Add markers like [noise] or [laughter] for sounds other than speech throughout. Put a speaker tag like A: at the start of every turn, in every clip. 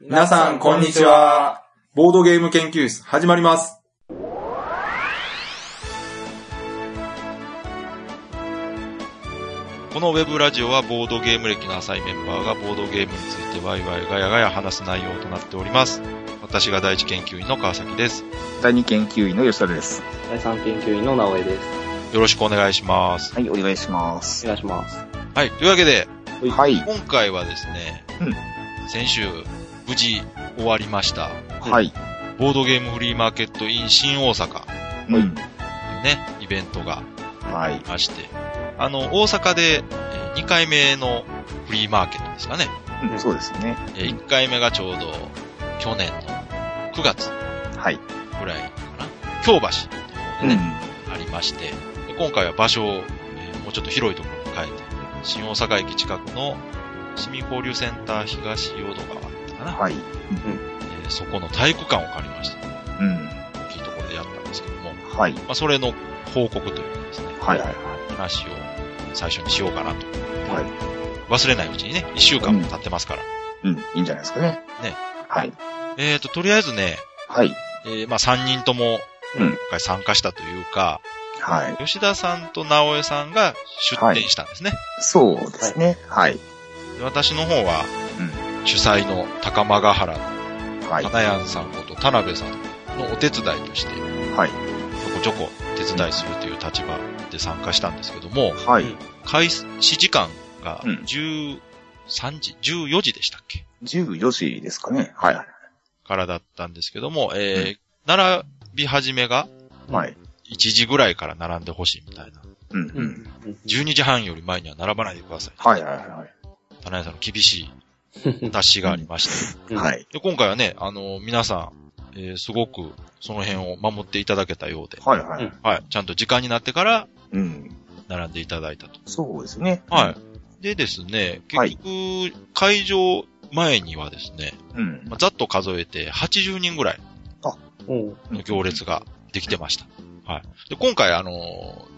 A: 皆さん、こんにちは。ボードゲーム研究室、始まります。
B: このウェブラジオはボードゲーム歴の浅いメンバーがボードゲームについてワイワイガヤガヤ話す内容となっております。私が第一研究員の川崎です。
C: 第二研究員の吉田です。
D: 第三研究員の直江です。
B: よろしくお願いします。
C: はい、お願いします
D: お。願いします。
B: はい。というわけで、
D: い
C: はい、
B: 今回はですね、先週、無事終わりました。
C: はい、
B: ボードゲームフリーマーケット in 新大阪という
C: うん、
B: ね、イベントが
C: はい
B: あり、まして、あの、大阪でえー2回目のフリーマーケットですかね。
C: うん、そうですね。
B: えー1回目がちょうど去年の9月
C: はい、
B: ぐらいかな。京橋っていううのがね、
C: ん、
B: ありまして、で今回は場所を、えーもうちょっと広いところに変えて、新大阪駅近くの市民交流センター東淀川だったかな、
C: はい、
B: えーそこの体育館を借りました。
C: うん、
B: 大きいところでやったんですけども、ま
C: はい、
B: あ、それの報告というかですね、
C: はい、はい、
B: 話を最初にしようかなと。
C: はい
B: 忘れないうちにね、1週間も経ってますから。
C: うん、いいんじゃないですかね。
B: ね。
C: はい、
B: えっ、と、とりあえずね、
C: はい、
B: えーまあ3人とも、
C: うん
B: 今回参加したというか、
C: はい、
B: 吉田さんと直江さんが出展したんですね。
C: そうですね。はい、
B: で私の方は、主催の高間ヶ原の
C: うん、はい、
B: 花屋さんこと田辺さんのお手伝いとして、ちょ
C: はい、
B: こちょこ手伝いするという立場で参加したんですけども、
C: はい、
B: 開始時間が
C: うん
B: 13時、14時でしたっけ
C: 14時ですかね。はい、
B: からだったんですけども、えー、並び始めが
C: はい、
B: 1時ぐらいから並んでほしいみたいな。
C: うん、うん、
B: 12時半より前には並ばないでください。
C: はい、はい、は
B: 棚屋さんの厳しい達しがありました。
C: い、はい、
B: で今回はね、あの、皆さん、えーすごくその辺を守っていただけたようで、
C: はい、はい、
B: はい、ちゃんと時間になってから
C: うん、
B: 並んでいただいたと。
C: そうですね。
B: はい。でですね、結局、会場前にはですね、
C: い、うん
B: まあ、ざっと数えて80人ぐらい
D: うん。
B: の行。列ができてました。はい。で、今回、あのー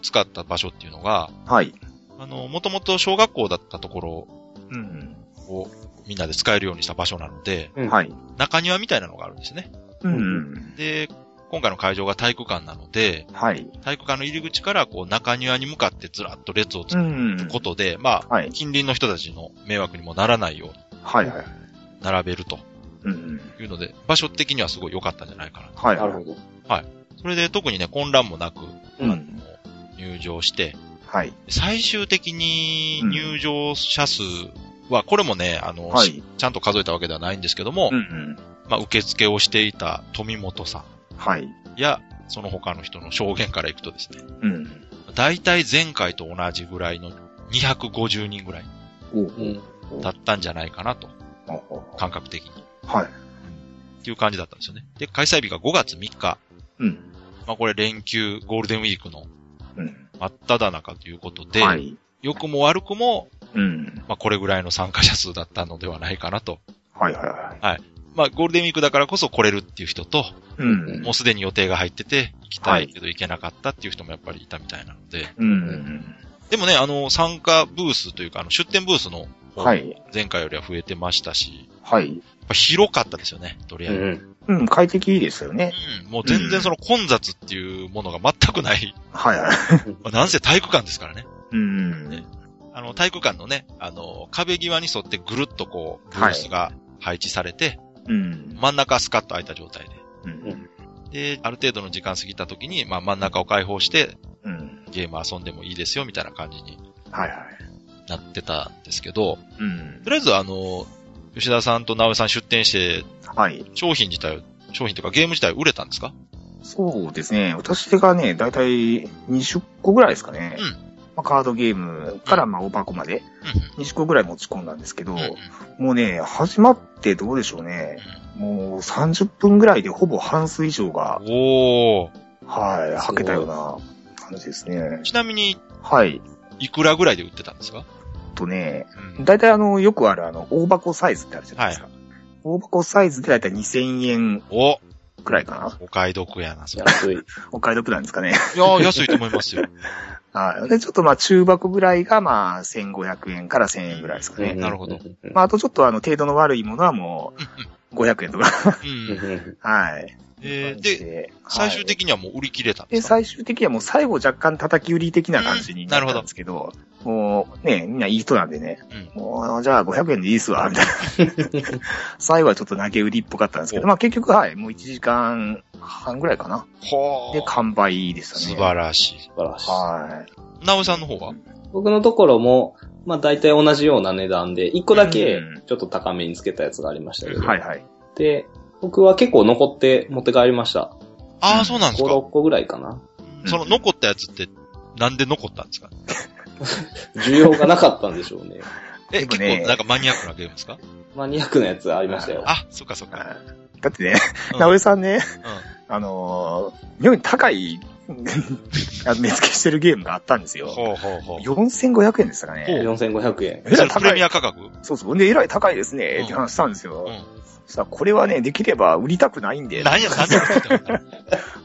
B: 使った場所っていうのが、
C: はい、
B: あのー、もともと小学校だったところ
C: うん、
B: をみんなで使えるようにした場所なので、
D: うん。
C: はい、
B: 中庭みたいなのがあるんですね。
C: うん、
B: で、今回の会場が体育館なので、
C: はい、
B: 体育館の入り口からこう中庭に向かってずらっと列を
C: う
B: 作る
C: ん、
B: ことで、まあ、
C: はい、
B: 近隣の人たちの迷惑にもならないように
C: はい、はい、
B: 並べると
C: うん、
B: いうので、場所的にはすごい良かったんじゃないかな。
C: はい、
D: なるほど。
B: それで特にね、混乱もなく
D: う。
C: うんん。
B: 入場して、
C: はい。
B: 最終的に入場者数は、これもね、あの、
C: は
B: し
C: い。
B: ちゃんと数えたわけではないんですけども、
C: うんうん。
B: まあ、受付をしていた富本さ
C: はい。
B: んや、その他の人の証言からいくとですね、
C: うん。
B: 大体前回と同じぐらいの250人ぐらい
C: おう
D: うん。
B: だったんじゃないかなと、感覚的に。
C: はい。
B: っていう感じだったんですよね。で、開催日が5月3日。
C: うん。
B: まあこれ連休、ゴールデンウィークの
C: うん。
B: 真っ只中ということで、
C: はい。
B: 良くも悪くも、
C: うん。
B: まあこれぐらいの参加者数だったのではないかなと。
C: はいはいはい。
B: まあゴールデンウィークだからこそ来れるっていう人と、
C: うん。
B: もうすでに予定が入ってて、行きたいけど行けなかったっていう人もやっぱりいたみたいなので。
C: うん。
B: でもね、あの、参加ブースというか、あの、出店ブースの方
C: はい。
B: 前回よりは増えてましたし、
C: はい。
B: やっぱ広かったですよね、とり
D: う
B: あえず。
D: ん。
C: うん、快適ですよね。
B: うん、もう全然その混雑っていうものが全くない。 [laughs]
C: はいはい。
B: まあ、なんせ体育館ですからね。
C: うん。
B: あの、体育館のね、あの、壁際に沿ってぐるっとこう、ブースが配置されて、
C: うん。
B: 真ん中スカッと空いた状態
C: うん。
B: で。で、ある程度の時間過ぎた時に、まあ真ん中を開放して、
C: うん。
B: ゲーム遊んでもいいですよ、みたいな感じに
C: はいはい。
B: なってたんですけど、
C: うん
B: と。りあえずあの、吉田さんと直江さん出店して、
C: はい。
B: 商品自体、商品というかゲーム自体売れたんですか
C: そうですね。私がね、だいたい20個ぐらいですかね。
B: うん
C: まあ、カードゲームから、まあ、オーバーコまで20個ぐらい持ち込んだんですけど
B: うん、うん。うん
C: もうね、始まってどうでしょうね。もう30分ぐらいでほぼ半数以上が、
B: うんおー。
C: はい、はけたような感じですね。
B: ちなみに、
C: はい。
B: いくらぐらいで売ってたんですか
C: とね、
B: うん。
C: だいたいあの、よくあるあの、大箱サイズってあるじゃないですか。大箱サイズでだいたい2000円
B: お、
C: くらいかな
B: お買い得やな、それ。
C: [laughs]
D: 安い。
C: お買い得なんですかね。 [laughs]
B: いやー、安いと思いますよ。
C: はい。で、ちょっとまあ中箱ぐらいがまあ1500円から1000円ぐらいですかね。
B: なるほど。
C: まああとちょっとあの程度の悪いものはも
B: [laughs]
C: う、500円とか。
B: うん。
C: はい。
B: えー
C: 感じ
B: で、
C: で
B: 最終
C: はい
B: 的にはもう売り切れたんで
C: です
B: か
C: 最終的にはもう最後若干叩き売り的な感じになったんですけど、もうね、みんないい人なんでね、もうじゃあ500円でいいっすわ、みたいな。最後はちょっと投げ売りっぽかったんですけど、まあ結局はい、もう1時間半ぐらいかな。
B: ほ
C: で、完売でしたね。
B: 素晴らしい。
D: 素晴らしい。
C: はい。
B: なおさんの方は
D: 僕のところも、まあ大体同じような値段で、1個だけ
C: うん
D: ちょっと高めにつけたやつがありましたけど、
C: はいはい。
D: で、僕は結構残って持って帰りました。
B: ああ、そうなんで
D: 5、
B: すか。
D: 6個ぐらいかな。
C: ん
B: その残ったやつって、なんで残ったんですか
D: 需要がなかったんでしょうね。
B: え、
C: でも
B: 結
C: ね
B: 構なんかマニアックなゲームですか
D: マニアックなやつありましたよ。
B: あ、そっかそっか。
C: だってね、
B: うん
C: 直江さんね、
B: う
C: あのー妙に高い [laughs] あの目付けしてるゲームがあったんです
B: ん。
C: よ。
B: ほうほうほう。
C: 4500円でしたか
B: ほう
C: ね。
D: 4500円。
C: えらい
B: それプレ
C: 高
B: ミ
C: い。
B: ア価格
C: そうそう。で、えらい高いですね、
B: うん
C: って話したんですよ。
B: うん。
C: そしたらこれはね、できれば売りたくないんで、
B: 何や、何やってんの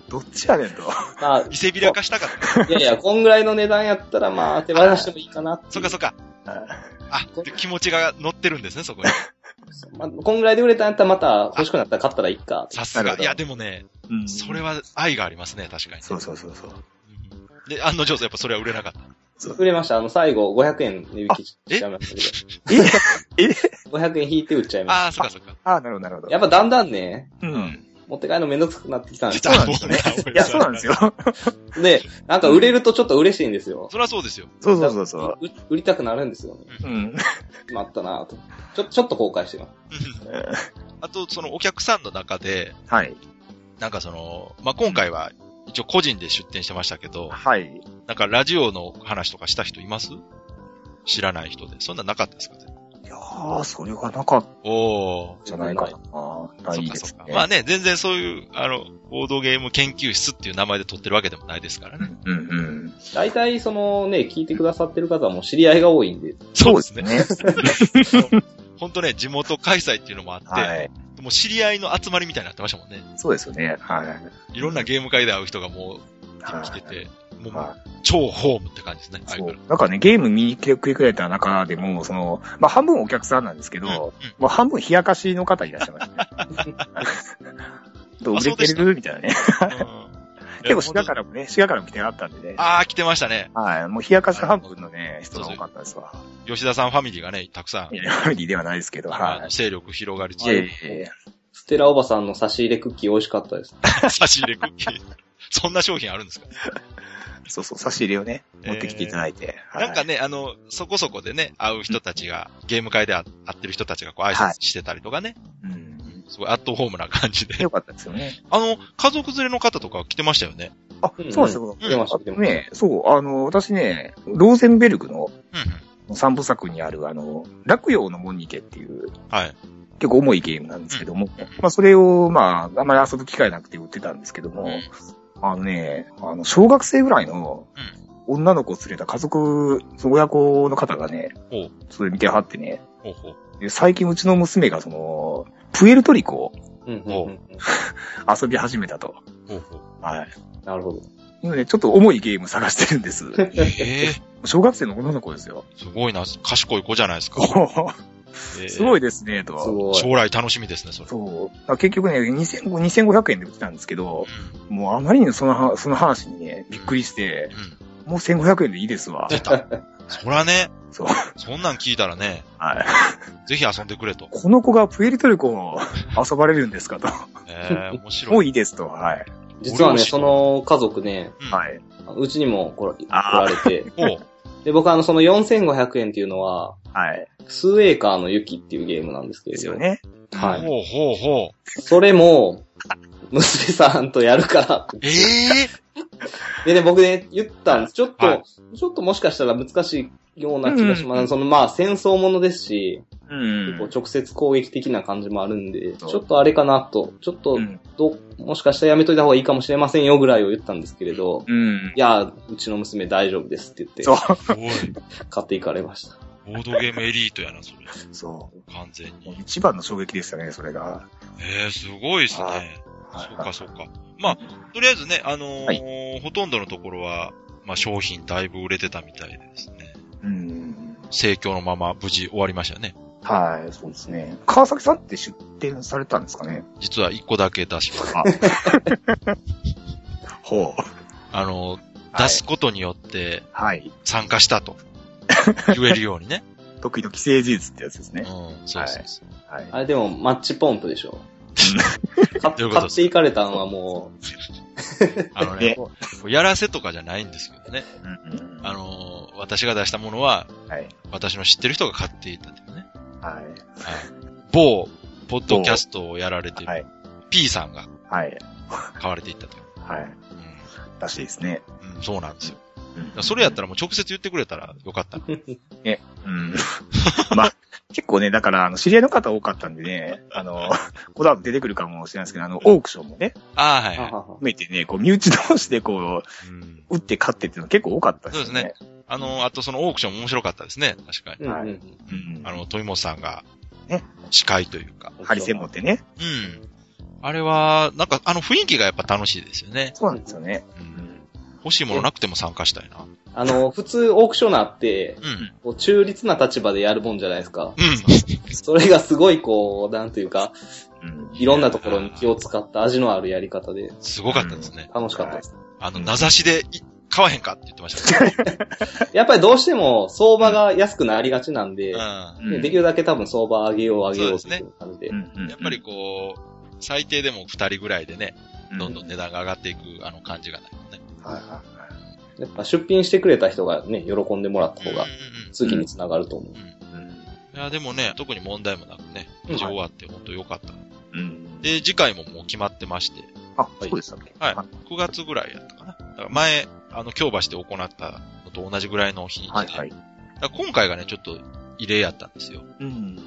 C: どっちやねんと。
D: まあ、
B: 見せびらかしたか
C: [laughs]
B: った。
D: いやいや、こんぐらいの値段やったら、まあ、手放してもいいかなって
B: そ
D: い
B: っ
D: う
B: かそっか。あ、で気持ちが乗ってるんですね、そこに。
D: まあ、こんぐらいで売れたんやったら、また欲しくなったら買ったらいいか。
B: さす
C: なる
B: が。
C: ほど
B: いや、でもね、
C: うん
B: それは愛がありますね、確かに。
C: そうそうそうそう。
B: うんで、案の定、やっぱそれは売れなかった。
D: 売れました。あの、最後、500円で売り切っちゃいましたけ
C: え
D: [laughs]
C: え
D: ど。500円引いて売っちゃいまし
B: ああ、そっかそっか。
C: ああ、なるほど、なるほど。
D: た。やっぱだんだんね、
C: うん。
D: 持って帰るのめんどくさくなってきたんです
C: そうなんですよね。いや、そうなん
B: [laughs]
C: ですよ。。
D: で、なんか売れるとちょっと嬉しいんですよ。
B: そりゃそうですよ。
C: そうそうそうそう。
D: う売りたくなるんですよね。
C: うん。
D: まったなぁと。ちょ、ちょっと後悔してます。
B: あと、そのお客さんの中で、
C: はい。
B: なんかその、まあ、今回は、一応個人で出店してましたけど、
C: はい。
B: なんかラジオの話とかした人います知らない人で。そんなんなかったですか
C: いやー、それがなかったん
B: おー。
C: じゃないかな。な
B: そっ
C: い
B: か
C: で
B: そっ
C: す
B: か。
C: ね。
B: まあね、全然そういう、あの、ボードゲーム研究室っていう名前で撮ってるわけでもないですから
C: う
B: ね。
C: んうんうん。
D: 大体、そのね、聞いてくださってる方はもう知り合いが多いんで、
B: そうですね。
C: ね。
B: 本当ね、地元開催っていうのもあって、 [laughs]
C: はい。
B: もう知り合いの集まりみたいになってましたもんね。
C: そうですよね。はい。
B: いろんなゲーム会で会う人がもう来てて、もう
C: は
B: 超ホームって感じですね。
C: い。そ
B: 相
C: う
B: 変わ。
C: なんかね、ゲーム見に来てくれた中でも、その、まあ半分お客さんなんですけ
B: らずう
C: ど、
B: んうん
C: まあ半分冷やかしの方いらっしゃいましたね。 [laughs] どう売れてるみたいなね。 [laughs] 結構滋賀からもね、滋賀からも来てあったんでね。
B: ああ、来てましたね。
C: はい。もう冷やかし半分のね、人が多かったですわ。
B: 吉田さんファミリーがね、たくさん
C: い、や、ファミリーではないですけど、
B: あ
C: は
B: の勢力広がりつ
C: い。いえ
B: つ、
C: いえいえ
D: ステラおばさんの差し入れクッキー美味しかったです。
B: 差し入れクッキー。そんな商品あるんですか
C: そうそう、差し入れをね、持ってきていただいて。はい
B: なんかね、あの、そこそこでね、会う人たちが、ゲーム会で会ってる人たちがこう挨
C: は
B: 拶してたりとかね、
C: うん。
B: すごいアットホームな感じで。
C: よかったですよね。
B: あの、家族連れの方とか来てましたよね。
C: あ、そうなんですよ。
D: 出ました、
C: あ
D: 出
C: と
D: まし
C: ね、そう、あの、私ね、ローゼンベルグの
B: うん
C: 三部作にある、あの、落葉のモニケっていう、
B: うん。はい。
C: 結構重いゲームなんですけども、まあ、それを、まあ、あんまり遊ぶ機会なくて売ってたんですけども、
B: うん
C: あのね、あの、小学生ぐらいの女の子を連れた家族、その親子の方がね
B: おう、
C: それ見てはってね、
B: ほうほう。
C: で最近うちの娘がその、プエルトリコを
D: た。うんうんうん
C: 遊び始めたと。
B: ほうほう。
C: はい。
D: なるほど。
C: なので、ちょっと重いゲーム探してるん
B: [laughs]
C: です。
B: ええ
C: 小学生の女の子ですよ。
B: すごいな。賢い子じゃないですか。
C: お [laughs] すご
B: い。
C: いですね、と。
D: すごい。
B: 将来楽しみですね、それ。
C: そう。だから結局ね、2500 2500円で売ってたんですけど、もうあまりにその、その話にね、びっくりして
B: う、ん。うん。
C: もう1500円でいいですわ。
B: 出た。そらね、
C: そう。
B: そんなん聞いたらね、
C: はい。
B: ぜひ遊んでくれと。
C: この子がプエルトリコを [laughs] 遊ばれるんですかと。
B: ええ面白い。
C: もういいですと。はい。
D: 実は
B: 俺も
D: ね、
B: 知って
D: その家族ね、
B: うん
C: はい。
D: うちにも来ら来
C: あ
D: られ
C: [laughs]
D: て、
B: ほう。
D: で、僕あの、その4500円っていうのは、
C: はい。
D: スーエーカーの雪っていうゲームなんですけれ
C: で
D: ど。
C: すよね。
D: はい。
B: ほうほうほう。
D: それも、娘さんとやるからって。
B: ええ
D: でね、僕ね、言ったんです。ちょっと、
B: はい
D: ちょっともしかしたら難しいような気がします。その、まあ、戦争ものですし、
C: うん
D: 結構直接攻撃的な感じもあるんで、
C: そう
D: ちょっとあれかなと、ちょっと
C: うん
D: どう、もしかしたらやめといた方がいいかもしれませんよぐらいを言ったんですけれど、
C: うん。
D: いや、うちの娘大丈夫ですって言って
C: そ、う。
B: すごい。
D: 買っていかれました。
B: ボードゲームエリートやな、それ。
C: そ
B: 完全
C: う。もう
B: に。
C: 一番の衝撃でしたね、それが。
B: ええすごいです
C: は
B: ね。そうか、そうか。まあ、とりあえずね、あのー
C: は
B: ほとんどのところは、まあ、商品だいぶ売れてたみたいでですね。
C: うん。
B: 盛況のまま無事終わりましたよね。
C: はい、そうですね。川崎さんって出店されたんですかね
B: 実は一個だけ出しました。
C: ほう。
B: あの、出すことによって
C: はい。
B: 参加した
C: [laughs]
B: と言えるようにね。
C: 得意の既成事実ってやつです
B: う
C: ね
B: ん。、そうそうそう。
C: はい。
D: あれでも、マッチポンプでしょ。か
B: どうい
D: 買
B: うことで
D: っ
B: す
D: ていかれたんはも
B: あのね
C: [laughs] ね、
B: こうやらせとかじゃないんですけどね。
C: うんうん
B: あのー、私が出したものは、
C: はい。
B: 私の知ってる人が買っていたというね。
C: はい。
B: 某、ポッドキャストをやられて
C: は
B: る
C: い。
B: P さんが
C: はい。
B: 買われていったという。
C: はい。らしいですね。
B: うんうん、そうなんですよ。だか
C: う
B: ら
C: ん
B: それやったらもう直接言ってくれたらよかったな。
C: うん。まあ、結構ね、だから、あの、知り合いの方多かったんでね、あの、こだわって出てくるかもしれないですけど、あの、オークションもね、
B: ああ、
D: う、
B: はい
D: は
B: はい。
D: はは
C: 含めてね、こう、身内同士でこ
B: うん
C: う、打って勝ってっていうの結構多かったですよね。
B: そうであの、あとそのオークション面白かったですね。確かに。
D: うんうん
C: うん
B: あの、富本さんが
C: ね、
B: 司会というか。
D: うん。
C: ハリセン持ってね。
B: うん。あれは、なんか、あの雰囲気がやっぱ楽しいですよね。
C: そうなんですよね。
B: う、
C: うんん。
B: 欲しいものなくても参加したいな。
D: あの、普通オークショナーって、
B: うん。
D: こう中立な立場でやるもんじゃないですか。
B: うん。
D: それがすごいこう、なんというか、
C: うん。
D: いろんなところに気を使った味のあるやり方です
B: ごかった [laughs] ですね。
D: 楽しかったです。
B: あの、
C: うん
B: 名指しでい、買わへんかって言ってましたね。
D: やっぱりどうしても相場が安くなりがちなんで、
B: う
D: ね
C: うん
D: できるだけ多分相場上げよう上げようっ
B: そ
D: て
B: うです
D: い
B: ね
D: う感じで
C: う。んうん
B: ん。やっぱり、こう、最低でも二人ぐらいでね、
C: う
B: どんどん値段が上がっていく、あの感じがないもんね。
C: はいはいはい。
D: やっぱ出品してくれた人がね、喜んでもらった方が
B: うん、うん
D: 次につながると思う。
B: うん。いや、でもね、特に問題もなくね、無事終わって本当良かった。
C: うん。
B: で、次回ももう決まってまして、
C: あ、そうでしたっけ
B: はい
C: あ
B: 9月ぐらいやったかな。だから前、あの、京橋で行ったのと同じぐらいの日に
C: はいはい。
B: だから今回がね、ちょっと異例やったんですよ。
C: うん。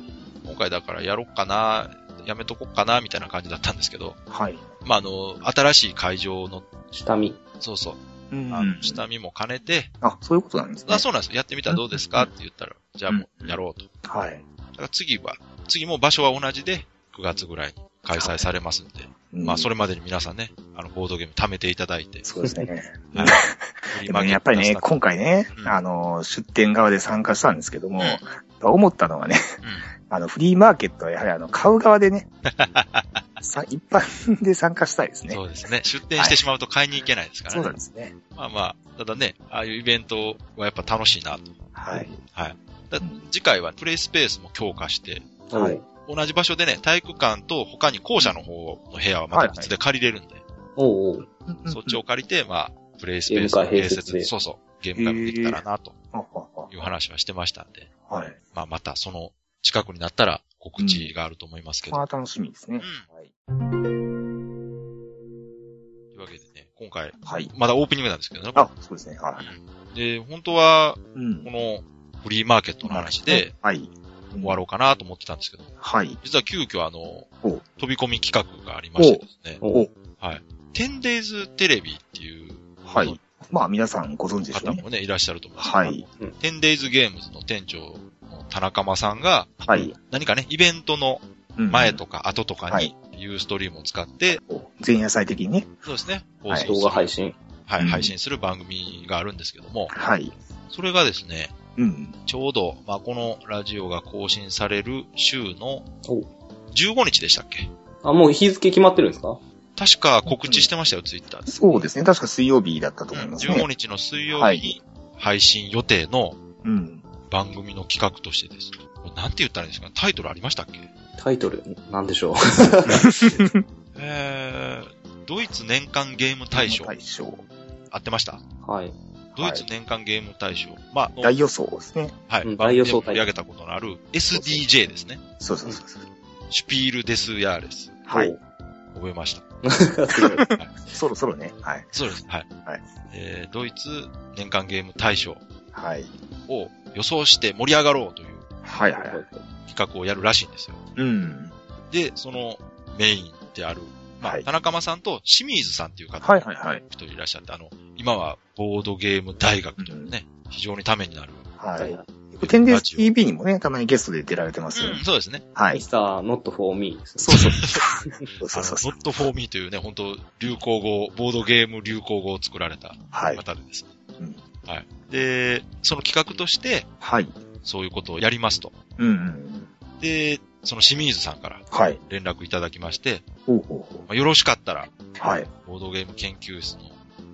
B: 今回だからやろっかな、やめとこっかな、みたいな感じだったんですけど、
C: はい。
B: まあ、あの、新しい会場の、
D: 下見。
B: そうそう、
C: う
B: あの、下見も兼ねて、
C: あ、そういうことなんですね
B: あ、。そうなんですよ。やってみたらどうですかって言ったら、じゃあもうやろうと。
C: はい。
B: だから次は、次も場所は同じで、9月ぐらいに開催されますんで、まあ、そ
C: れ。
B: れまでに皆さんね、あの、ボードゲーム貯めていただいて、
C: そうですね。
B: あのフリー
C: で
B: マ
C: も
B: ー
C: ね、
B: ケ
C: や
B: ット
C: っぱ
B: に
C: り
B: 出す
C: ね
B: な、と
C: 今回ね
B: う、ん
C: あの、出店側で参加したんですけども
B: うん、
C: 思ったのはね、 [laughs] あの、フリーマーケットはやはりあの、買う側で
B: [laughs]
C: ね、さ一般で参加したいです
B: うん
C: ね。
B: そうですね。出店してしまうと買いに行けないですから
C: そう
B: ね。
C: なんですね。
B: まあまあ、ただね、ああいうイベントはやっぱ楽しいなと。
C: はい。
B: はい。だ次回はプレイスペースも強化して、
C: はい
B: 同じ場所でね、体育館と他に校舎の方の部屋はまた別で借りれるんで、
D: おうおう。
B: そっちを借りて、まあ、プレイスペースの
D: ゲーム会併
B: 併
D: 設
B: 設、
D: で
B: そうそう、ゲーム会もできたらなと
C: ああ
B: いう話はしてましたんで、
C: あはい。
B: まあまたその近くになったら告知があると思いますけど。
C: まあ、楽しみですね
B: うん。。
C: はい。
B: というわけでね、今回、
C: はい。
B: まだオープニングなんですけどね。
C: あ、そうですね。はい。
B: うんで、本当は、
C: う
B: こ
C: ん。
B: のフリーマーケットの話で、
C: はい。
B: 終わろうかなと思ってたんですけど、
C: はい。
B: 実は急遽あの
C: お、
B: 飛び込み企画がありましてですね、
D: おう。
B: 10days テレビっていう
C: はい。まあ、皆さんご存知でしょ
B: 方
C: うね。
B: もね、いらっしゃると思うんですけど、
C: はい。
B: 10days ゲームズの店長の田中間さんが、
C: はい。
B: 何かね、イベントの
C: うん
B: 前。とか後とか
C: は
B: に
C: い、
B: ユーストリームを使って、
C: 前夜祭的にね。
B: そうですね、放
C: はい
B: 送
D: 動
B: する
D: 画配信。
B: は
C: う
B: い、
C: ん
B: 配信する番組があるんですけども、
C: はい。
B: それがですね、
C: うん。
B: ちょうど、まあ、このラジオが更新される週の
D: お
B: 15日でしたっけ
D: あ、もう日付決まってるんですか
B: 確か告知してましたよ、ツイッターで。
C: そうですね。確か水曜日だったと思います
B: 15
C: ね。
B: 日の水曜日に配信予定の
C: うん。
B: 番組の企画としてです。これなんて言ったらいいんですかタイトルありましたっけ
D: タイトル、なんでしょう。
B: えー、ドイツ年間ゲーム大賞。
C: 大賞。
B: 合ってました
D: はい。
B: ドイツ年間ゲーム大賞。まあ、
C: 大予想ですね。
B: は
D: う
B: い。
D: ん
B: 番組で
D: 大予想
B: 盛り上げたことのある SDJ ですね。
C: そうそうそうそう。
B: シュピール・デス・ヤーレス。
C: はい。
B: 覚えました。
C: そろそろね。はい。
B: そうです。はい。
C: はい
B: えー、ドイツ年間ゲーム大賞
C: はい。
B: を予想して盛り上がろうという
C: はいはいはい。
D: は
B: 企画をやるらしいんですよ。
C: うん。
B: で、そのメインである、まあ、
C: はい
B: 田中間さんと清水さんっていう方
C: はい
B: が
C: はいはい。
B: 一人いらっしゃって、あの、今はボードゲーム大学というね、非常にためになる。
C: はい。
D: い。
C: テンデ
B: ラ
C: イ
B: ジ
C: ズ
B: オ
C: TV にもね、たまにゲストで出られてますよね
B: うん、そうですね。
C: は
D: ミ
B: [laughs]
C: い。
D: スター、not for me ですね。
C: そうそう。そうそうそうそう。
B: ノットフォーミーというね、本当流行語、ボードゲーム流行語を作られた
C: はい。
B: 方でですね。
C: うん
B: はい。で、その企画として、
C: はい。
B: そういうことをやりますと。
C: うんうん。
B: で、その清水さんから
C: はい。
B: 連絡いただきまして、
C: ほうほうほ
B: まあよろしかったら、
C: う。はい。
B: ボードゲーム研究室の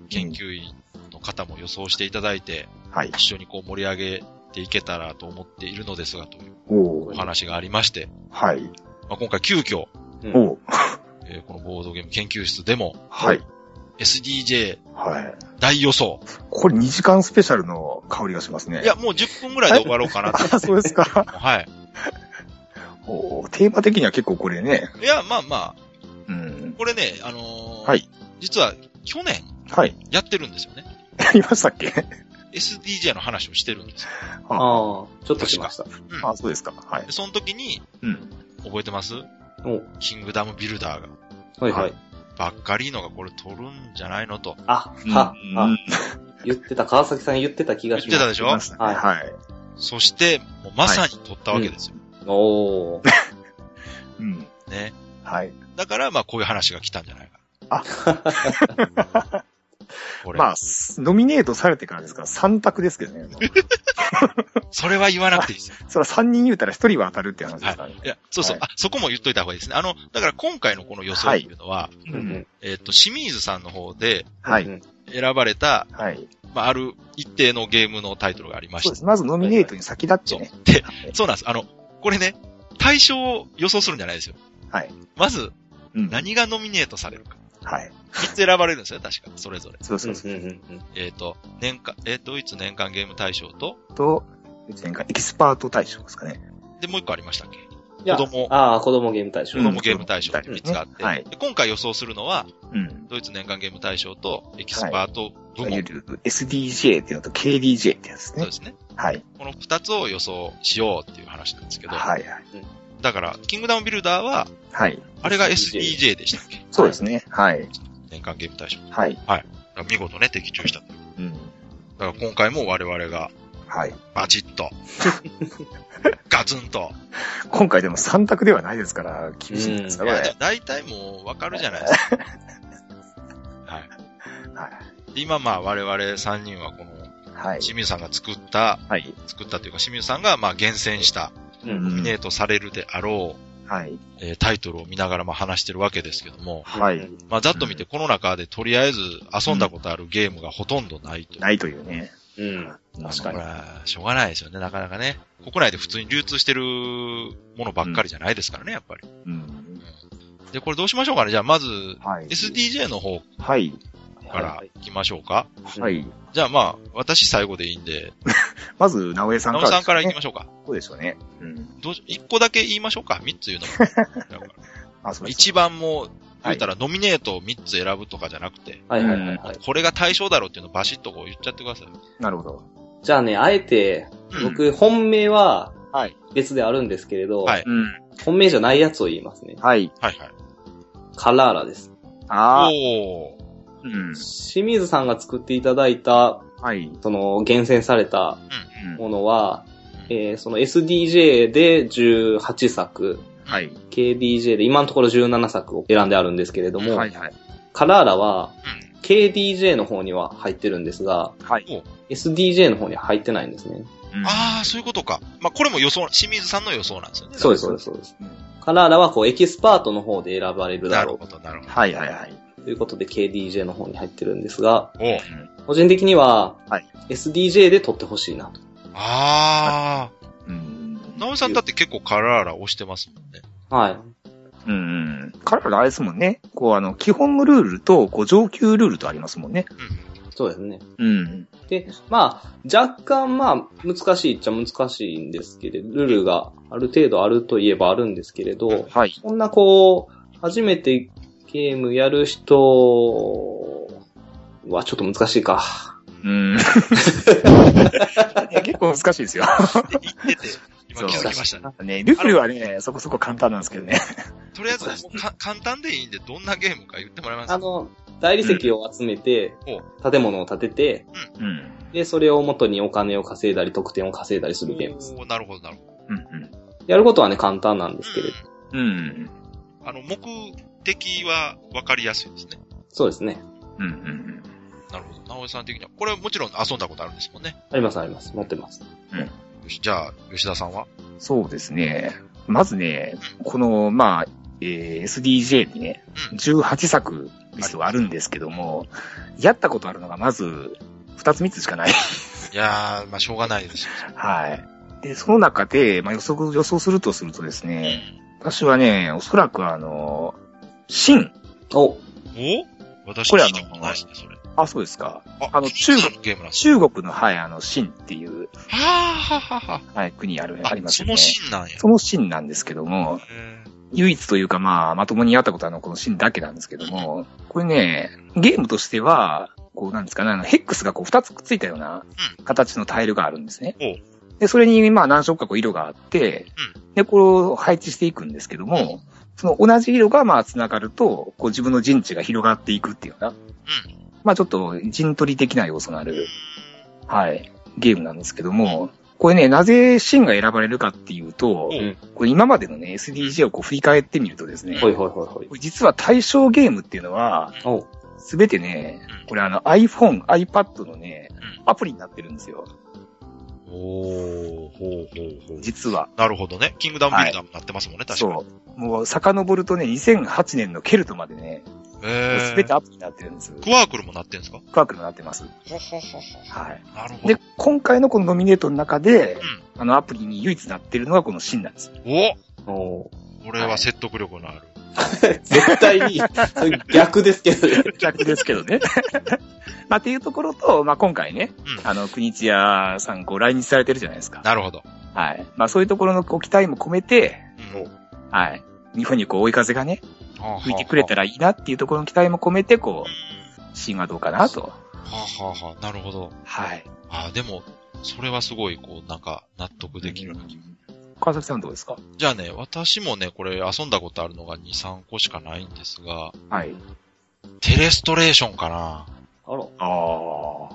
B: 研究員の方も予想していただいて、
C: はい。
B: 一緒にこう盛り上げていけたらと思っているのですが、という
C: お
B: お
C: ー。
B: 話がありまして、
C: はい。
B: まあ、今回急遽、
D: うん
C: おー。
B: えーこのボードゲーム研究室でも
C: はい。
B: SDJ
C: はい。
B: 大予想。
C: これ2時間スペシャルの香りがしますね。
B: いや、、もう10分ぐらいで終わろうかなと。
C: [laughs] あ、そうですか。
B: はい。
C: おーテーマ的には結構これね。
B: いや、まあまあ、
C: うん。
B: これね、あのー
C: はい
B: 実は去年
C: はい。 [laughs]
B: やってるんですよね。
C: やりましたっけ
B: SDJ の話をしてるんですよ。
D: ああ、ちょっとしました。
B: うん
C: あ、そうですか。はい
B: で。その時に、
C: うん。
B: 覚えてます
D: お
B: キングダムビルダーが、
D: はいはい。
B: ばっかりのがこれ取るんじゃないのと。
D: あ、
C: うん
D: は、
C: う
D: あ
C: ん、
D: 言ってた、川崎さん言ってた気
B: 言
D: が
B: っ
D: してます。
B: たでし
C: 出
B: ょ
C: ましたね
D: はい
C: はい。
B: そして、もうまさに取ったわけですよ。
D: おお。
C: うん。
B: ね。
C: はい。
B: だから、まあこういう話が来たんじゃないか。
C: あ
B: [laughs] これ、
C: まあ、すノミネートされてからですから、3択ですけどね。 [laughs]
B: それは言わなくていいですよ。
C: それは3人言うたら1人は当たるって話ですからね。
B: いや、そうそう、
C: は
B: あ、そこも言っといた方がいいですね。あの、だから今回のこの予想っていうのは、
C: う
D: うんん
B: えっ、と、清水さんの方で
C: は
D: う
C: い。
D: ん
B: 選ばれた、
C: はい。
B: まあ、ある一定のゲームのタイトルがありまし
C: そう
B: て。
C: です。まずノミネートに先立ってね。
B: そう。で、そうなんです。あの、これね、対象を予想するんじゃないですよ。
C: はい。
B: まず、
C: うん
B: 何がノミネートされるか。
C: はい。
B: 三つ選ばれるんですよ、確か。それぞれ。
C: そうそうそう。
D: うんうんうん
B: えっ、と、年間、えードイツ年間ゲーム大賞と、
C: と、前回エキスパート対象ですかね。
B: で、もう一個ありましたっけ
D: いや
B: 子供
D: ああ、子供ゲーム対象。
B: 子
C: うん
B: 供ゲーム大賞って3つがあって、
C: うんはい
B: で今回予想するのは、
C: うん。
B: ドイツ年間ゲーム大賞と、エキスパート
C: い
B: 部
C: わ
B: 門、
C: ゆる SDJ っていうのと KDJ ってやつ
B: そう
C: ね
B: で。すね。
C: はい。
B: この二つを予想しようっていう話なんですけど、
C: はいはい。
B: だから、キングダムビルダーは、
C: はい。
B: あれが
D: SDJ
B: SDJ でしたっけ
C: そうですね。はい。
B: 年間ゲーム大賞。だ
C: はい。
B: から見事ね、的中した。だ
C: うん。
B: から今回も我々が、
C: はい。
B: バチッ
C: [laughs]
B: と、ガツンと。
C: 今回でも3択ではないですから、厳しいんですか
B: い
C: これ。
B: や、
C: はい
B: でも。大体もうわかるじゃないです
C: [laughs]
B: か。はい。で今まあ我々三人はこの、
C: はい。
B: 清水さんが作った、
C: はい。
B: 作ったというか清水さんがまあ厳選した、
D: う
B: ノ
D: ん
B: ミネートされるであろう、
C: はい。
B: えータイトルを見ながらまあ話してるわけですけども、
C: は
D: う
C: い。
D: ん
B: まあ、ざっと見て、この中でとりあえず遊んだことあるゲームがほとんどないと。
C: ないというね。
D: うん。確か
B: こ
D: に
B: れ。は、しょうがないですよね、なかなかね。国内で普通に流通してるものばっかりじゃないですからね、やっぱり。
C: うん。
B: で、これどうしましょうかね。じゃあ、まず、
C: はい。
B: SDJ の方
C: はい。
B: から行きましょうか。
C: はい。
B: じゃあ、まあ、私最後でいいんで、
C: まず、直江さんか
B: ナ
C: ら、
B: オさんから行き
C: ま
B: ましょうか。
C: そうでしょうね。うん。
B: どうし一個だけ言いましょうか。三つ言うの
D: [laughs]
B: も。
C: あ、そうです。
B: 一番も、言ったら、ノミネートを三つ選ぶとかじゃなくて、
D: はいはいはいはい。
B: これが対象だろうっていうのをバシッとこう言っちゃってください。
C: なるほど。
D: じゃあね、あえて、
B: うん
D: 僕、本命は
C: はい。
D: 別であるんですけれど、
B: はい
C: うん。
D: 本命じゃないやつを言いますね。
C: はい。
B: はいはい。
D: カラーラです。
C: ああ。
B: おー。
C: うん。
D: 清水さんが作っていただいた、
C: はい。
D: その、厳選された
C: うん。
D: ものは、
B: うん
D: えーその SDJ で18作、
C: はい。
D: KDJ で今のところ17作を選んであるんですけれども、
C: はいはい。
D: カラーラは
B: うん。
D: KDJ の方には入ってるんですが、
C: はい。
D: SDJ の方には入ってないんですね。
C: うん
B: ああ、そういうことか。まあ、これも予想、清水さんの予想なんですよね。
D: そうです、そうです、そうです
C: うん。
D: カラーラはこうエキスパートの方で選ばれるだ
B: なる
D: ろ
B: ほど、なるほど。
C: はいはいはい。
D: うということで KDJ の方に入ってるんですが、
B: おう
D: 個人的には
C: はい
D: SDJ で取ってほしいなと。
B: ああ、
C: うん。
B: 直江さんだって結構カラーラ押してますもんね。
D: はい。
C: うんうん。彼らあれですもんね。こう、あの、基本のルールと、こう、上級ルールとありますもんね。
B: うん。
D: そうですね。
C: うん。
D: で、まあ、若干まあ、難しいっちゃ難しいんですけれど、ルールがある程度あるといえばあるんですけれど、
C: はい。
D: こんなこう、初めてゲームやる人はちょっと難しいか。
C: うん。いや結構難し [laughs] いですよ。
B: で言ってて、今気づきましたね。
C: ね、ルールはね、そこそこ簡単なんですけどね。
B: とりあえず、もうか簡単でいいんで、どんなゲームか言ってもらえます
D: あ
B: か
D: の、大理石を集めて、建物を建てて、
C: うん。
D: で、それを元にお金を稼いだり、得点を稼いだりするゲームです。
B: おーなるほど、なるほど。
C: うん。
D: やることはね、簡単なんですけれど。
C: うん。
B: うんあの、目的は分かりやすいですね。
D: そうですね。
C: うん。うん。
B: なるほど。直江さん的には。これもちろん遊んだことあるんですもんね。
D: ありますあります。持ってます。
B: よし、じゃあ、吉田さんは
C: そうですね。まずね、この、まあ、えー SDJ にね、18作リストがあるんですけども、やったことあるのがまず、2つ3つしかない。 [laughs]
B: いやー、まあ、しょうがないですよ。
C: はい。で、その中で、まあ、予測、予想するとするとですね、私はね、おそらくあの、シン。
D: お、
B: お私
C: これあ
B: 聞
C: の
B: いたことないですね、それ。
C: あ、そうですか。
B: あ
C: あの中国
B: のゲームなんです
C: 中国の、はい、あの、シンっていう、
B: はあはあはあ
C: はい、国ある、あり
B: あ、
C: ます
B: そ
C: よね。
B: のシーンなんや。
C: そのシンなんですけども、
B: へ
C: 唯一というかまあ、まともにやったことはあの、このシンだけなんですけども、これね、ゲームとしては、こうなんですかね、あの、ヘックスがこう二つくっついたような形のタイルがあるんですね
B: ほう。
C: で、それにまあ何色かこう色があって、で、これを配置していくんですけども、その同じ色がまあ繋がると、こう自分の陣地が広がっていくっていうような、まあちょっと陣取り的な要素のある、はい、ゲームなんですけども、これね、なぜシンが選ばれるかっていうと、
B: うん
C: これ今までのね、SDG をこう振り返ってみるとですね、
D: ほいほいほいほい。
C: これ実は対象ゲームっていうのは、
D: お
C: すべてね、
B: うん
C: これあの iPhone、iPad のね
B: う、
C: アプリになってるんですよ。
B: おおーほうほうほう。
C: 実は。
B: なるほどね。キングダムビルダーもなってますもんね、確かに。
C: そう。もう遡るとね、2008年のケルトまでね、
B: え
C: すべて
B: ー、
C: アプリになってるんです。
B: クワークルもなってんですか
C: クワークルになってます。
B: ほほほほ。
C: はい。
B: なるほど
C: で。、今回のこのノミネートの中で、あのアプリに唯一なってるのがこのシンなんですよ。
B: お
D: お
B: これは説得力のある。
D: 絶対に、それ逆ですけどね。
C: 逆ですけどね。 [laughs] まあ、っていうところと、まあ、今回ね、
B: うん
C: あの、国津屋さん、こう、来日されてるじゃないですか。
B: なるほど。
C: はい。まあ、そういうところのご期待も込めて、
B: うん
C: はい。日本にこう、追い風がね、
B: はあ
C: 吹いてくれたらいいなっていうところの期待も込めて、こう、シーンはどうかなと。
B: はあはあはあ、なるほど。
C: はい。
B: ああ、でも、それはすごい、こう、なんか、納得できるような気が
C: 川崎さんどうですか
B: じゃあね、私もね、これ遊んだことあるのが2、3個しかないんですが、
C: はい。
B: テレストレーションかな
D: あら。
C: ああ。お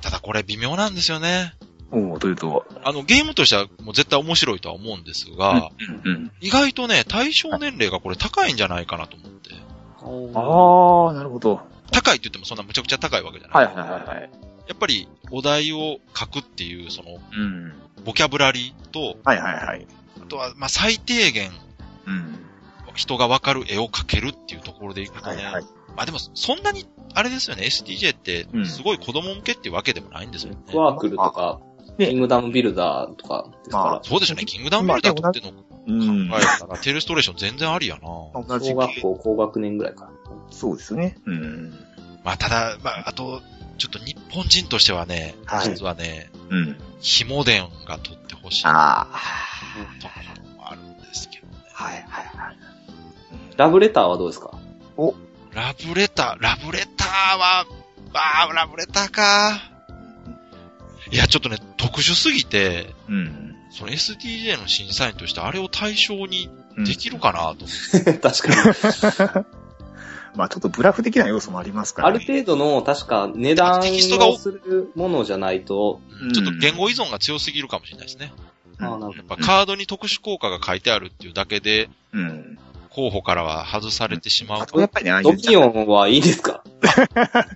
B: ただこれ微妙なんですよね。
C: おというと、
B: あの、ゲームとしてはもう絶対面白いとは思うんですが、
C: うん。
B: 意外とね、対象年齢がこれ高いんじゃないかなと思って。
D: お
C: ああ、なるほど。
B: 高いって言ってもそんなむちゃくちゃ高いわけじゃない。
C: はいはいはいはい。
B: やっぱり、お題を書くっていう、その、
C: うん。
B: ボキャブラリーと、
C: はいはいはい。
B: あとは、まあ、最低限、
C: うん。
B: 人がわかる絵を描けるっていうところでいくと
C: は
B: ね、
C: いはい。
B: まあでも、そんなに、あれですよね、SDJ って
C: う、ん
B: すごい子供向けっていうわけでもないんですよね。
D: クワークルとか、
C: ね
D: キングダムビルダーとかです
C: ま
D: か
B: そうですよね、キングダムビルダーとっての考
C: うん。
B: えたら、テレストレーション全然ありやな。
D: ら、
C: 同
D: 小学校高学年ぐらいか
C: そうですよね。うん。
B: まあただ、まああと、ちょっと日本人としてはね、
C: はい
B: 実はね、
C: うん。
B: ヒモデンが取ってほしいとこ
C: ああ。
B: ろもあるんですけどね。
C: はいはいはい。
D: な。ラブレターはどうです
C: [laughs]
D: か
B: ラブレター、ラブレターは、まあ、ラブレターか。いや、ちょっとね、特殊すぎて、
C: うん。
B: その SDJ の審査員としてあれを対象に
C: うん
B: できるかなと思って
D: 確かに。
C: まあちょっとブラフ的な要素もありますか
D: あ
C: ら
D: る
C: ね。
D: 程度の、確か値段
B: テキストが
D: をするものじゃないと、
C: うん
B: ちょっと言語依存が強すぎるかもしれないですね。
C: うん
D: ああ、なる
B: やっぱカードに特殊効果が書いてあるっていうだけで、
C: うん。
B: 候補からは外されてしまう
C: あ
B: と。
C: とやっぱりね、ああい
D: ほど。ド
C: う。
D: ミニオンはいいですか